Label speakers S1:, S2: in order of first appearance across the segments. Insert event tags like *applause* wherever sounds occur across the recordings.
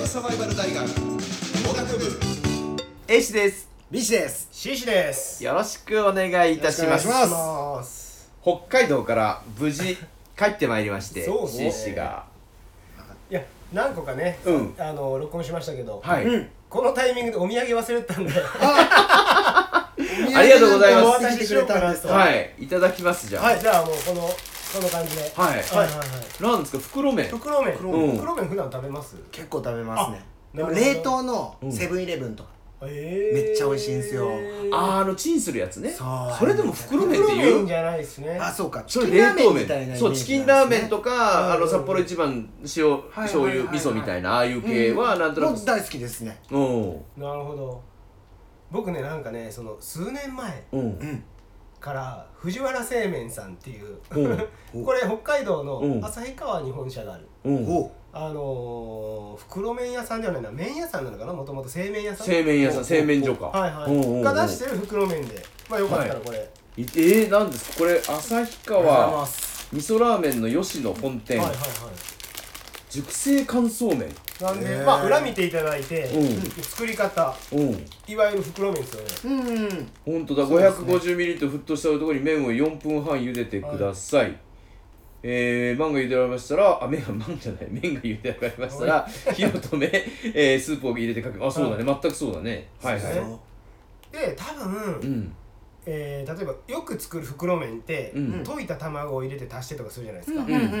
S1: ドサバイバル大学工学部
S2: A 氏です
S3: ビシです。
S4: シシです。
S2: よろしくお願いいたします
S3: よろしくお願いし
S4: ます。
S2: 北海道から無事 *laughs* 帰ってまいりまして
S4: そう
S2: C
S4: ね
S2: 氏が
S4: いや何個かね、
S2: うん
S4: あの録音しましたけど、
S2: はい、
S3: うん。
S4: このタイミングでお土産忘れてたんで、
S2: ありがとうございます
S3: お渡ししてくれたんですか。
S2: はいいただきますじゃあ
S4: *laughs* はい、じゃあもうこのこの感じで。
S2: はい、
S4: はいはいはい。
S2: なんですか袋麺
S4: 袋麺、
S3: 袋
S2: 麺
S4: 袋麺普段食べます？
S3: 結構食べますね。
S4: あ
S3: でも
S4: なるほど
S3: 冷凍のセブンイレブンとか。
S4: え
S3: めっちゃ美味しいんすよ
S2: あーあのチンするやつね
S3: そう
S2: れでも袋麺っ
S4: 袋
S2: て言
S4: 麺
S2: う
S4: じゃないですね。
S3: あ、そうか。
S2: それ冷凍
S3: チキンラーメンみたいなイメージなんですね
S2: 麺そうチキンラーメンとかあ
S4: うんうんう
S2: の
S4: ん
S2: 札幌一番塩、
S3: いはい
S2: 醤油味噌みたいなああいう系はなんとな
S3: も
S2: く
S3: う大好きですね。
S2: うん
S4: なるほど。僕ねなんかねその数年前
S2: うん
S3: うん。
S4: から藤原製麺さんっていう、 *laughs*
S2: うん
S4: これ北海道
S2: うん
S4: の旭川に本社がある。
S2: うん
S3: おう。
S4: あのー、袋麺屋さんではないな麺屋さんなのかなもともと製麺屋さん
S2: 製麺屋さん製麺所か
S4: はいはい、
S2: うんうんうん
S4: が出してる袋麺でまあよかったらこれ、
S2: いえー、なんですかこれ旭
S3: ありがとうござい
S2: 川
S3: ます。
S2: 味噌ラーメンの吉野本店、
S4: はいはいは
S2: 熟成乾燥麺
S4: いなんで、
S3: へー
S4: まあ裏見ていただいて、
S2: うん
S4: 作り方
S2: うん
S4: いわゆる袋麺ですよね
S3: うん。
S2: ほんとだ、
S4: そうですね
S2: 550ml 沸騰したところに麺を4分半茹でてください、えー、麺が茹でられましたらあ麺が麺じゃない麺が茹でられましたら火を止め、えー、スープを入れてかけあそうだね、全くそうだねはいはい
S4: そううで多分、
S2: ん
S4: えー例えばよく作る袋麺って、
S2: うん
S4: 溶いた卵を入れて足してとかするじゃないです
S3: うん
S4: か、
S3: うん
S4: も
S3: うん。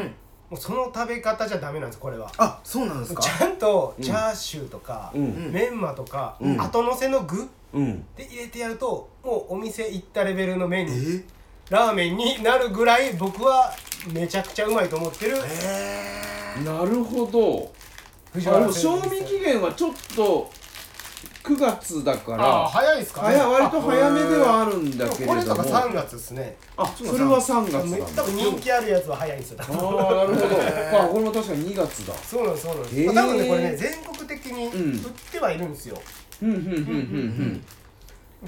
S4: うその食べ方じゃダメなんですこれは
S3: あ、そうなんです
S2: *laughs*
S3: か
S4: ち。ゃんと
S2: うん
S4: チャーシューとか、
S2: うん
S4: メンマとか、
S2: うん
S4: 後乗せの具
S2: うん
S4: で入れてやるともうお店行ったレベルのメニュー
S3: え？
S4: ラーメンになるぐらい僕はめちゃくちゃうまいと思ってる
S3: え
S2: なるほど
S4: 藤
S2: あで
S4: 原
S2: も
S4: 製麺
S2: 賞味期限はちょっと9月だか
S4: ああ
S2: ら
S4: 早いですかね
S2: 早割と早めではあるん
S4: で
S2: だ
S4: も
S2: けれ
S4: これ
S2: ど
S4: と
S2: も
S4: か3月ですね
S2: あそれは3月
S4: 多
S2: なんだ
S4: 分人気あるやつは早いんですよ
S2: ああなるほど、まあ、これも確かに2月だ
S4: そうなんですそうなんです、
S2: へえ
S4: まあ多分ねこれね全国的に
S2: うん
S4: 売ってはいるんですよ、
S2: うんうんうんうん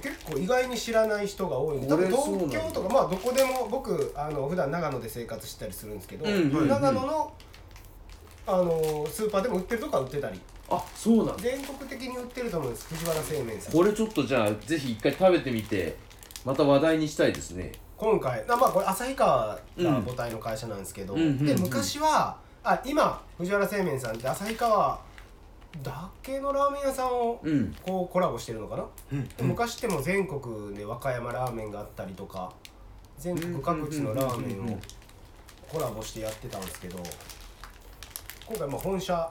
S4: 結構意外に知らない人が多い多分
S2: これそうなんだ
S4: 東京とかまあどこでも僕あの普段長野で生活してたりするんですけど、
S2: うんうんうん
S4: 長野のあのスーパーでも売ってるとか売ってたり
S2: あそうなんだ
S4: 全国的に売ってると思うんです藤原製麺さん
S2: これちょっとじゃあぜひ一回食べてみてまた話題にしたいですね
S4: 今回なまあこれ旭川が母体の会社なんですけど、
S2: うんうんうんうん
S4: で昔はあ今藤原製麺さんって旭川だけのラーメン屋さんを
S2: うん
S4: こうコラボしてるのかな、
S3: うん
S4: 昔ってもう全国で和歌山ラーメンがあったりとか全国各地のラーメ
S2: うんうんうんうん
S4: ン
S2: う
S4: を
S2: ん
S4: コラボしてやってたんですけど今回まあ本社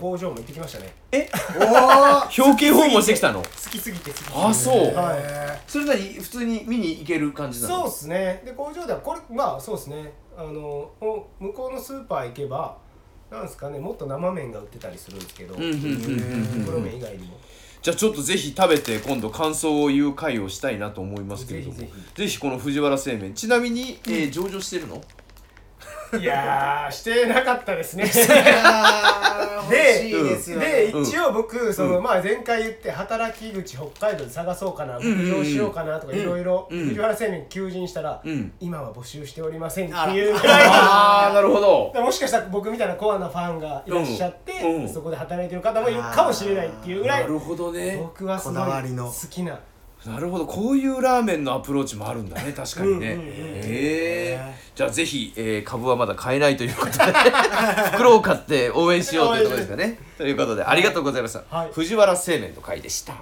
S4: 工場も行ってきましたね
S3: ー。おお。
S2: 表敬訪問してきたの
S4: 好きすぎて好きすぎて
S2: あそう
S4: はい
S2: それなり普通に見に行ける感じな
S4: そう
S2: の
S4: っすねで工場ではこれまあそうっすねあのお向こうのスーパー行けばなんですかねもっと生麺が売ってたりするんですけど
S2: うんうんうんうん
S4: 黒麺以外にも
S2: じゃあちょっとぜひ食べて今度感想を言う回をしたいなと思いますけれども
S4: ぜ
S2: ぜ
S4: ひぜ
S2: ひこの藤原製麺ちなみに、えー上場してるの
S4: いやーしてなかったです
S2: *laughs*
S4: ね
S3: あー
S4: *laughs* で
S3: 欲しいですよね。
S4: で
S2: うん
S4: 一応僕その、
S2: うん
S4: まあ前回言って働き口北海道で探そうかな
S2: んうんうん
S4: 牧場しようかなとかいろいろ
S2: うん
S4: 藤原製麺求人したら、
S2: うん
S4: 今は募集しておりませんっ
S3: あ
S4: て
S3: ら
S4: いうぐらい
S2: ああなるほど
S4: だからもしかしたら僕みたいなコアなファンがいらっしゃって、
S2: うんうん
S4: そこで働いてる方もいるかもしれないっていうぐら
S2: ないるほどね
S4: 僕はすごい
S3: こだわりの
S4: 好きな
S2: なるほどこういうラーメンのアプローチもあるんだね確かにね
S4: うんうんうん
S2: ええじゃあぜひ、えー株はまだ買えないということで *laughs* 袋を
S4: *laughs*
S2: 買って応援しようということですかねということでありがとうございました、
S4: はい
S2: 藤原製麺の会でした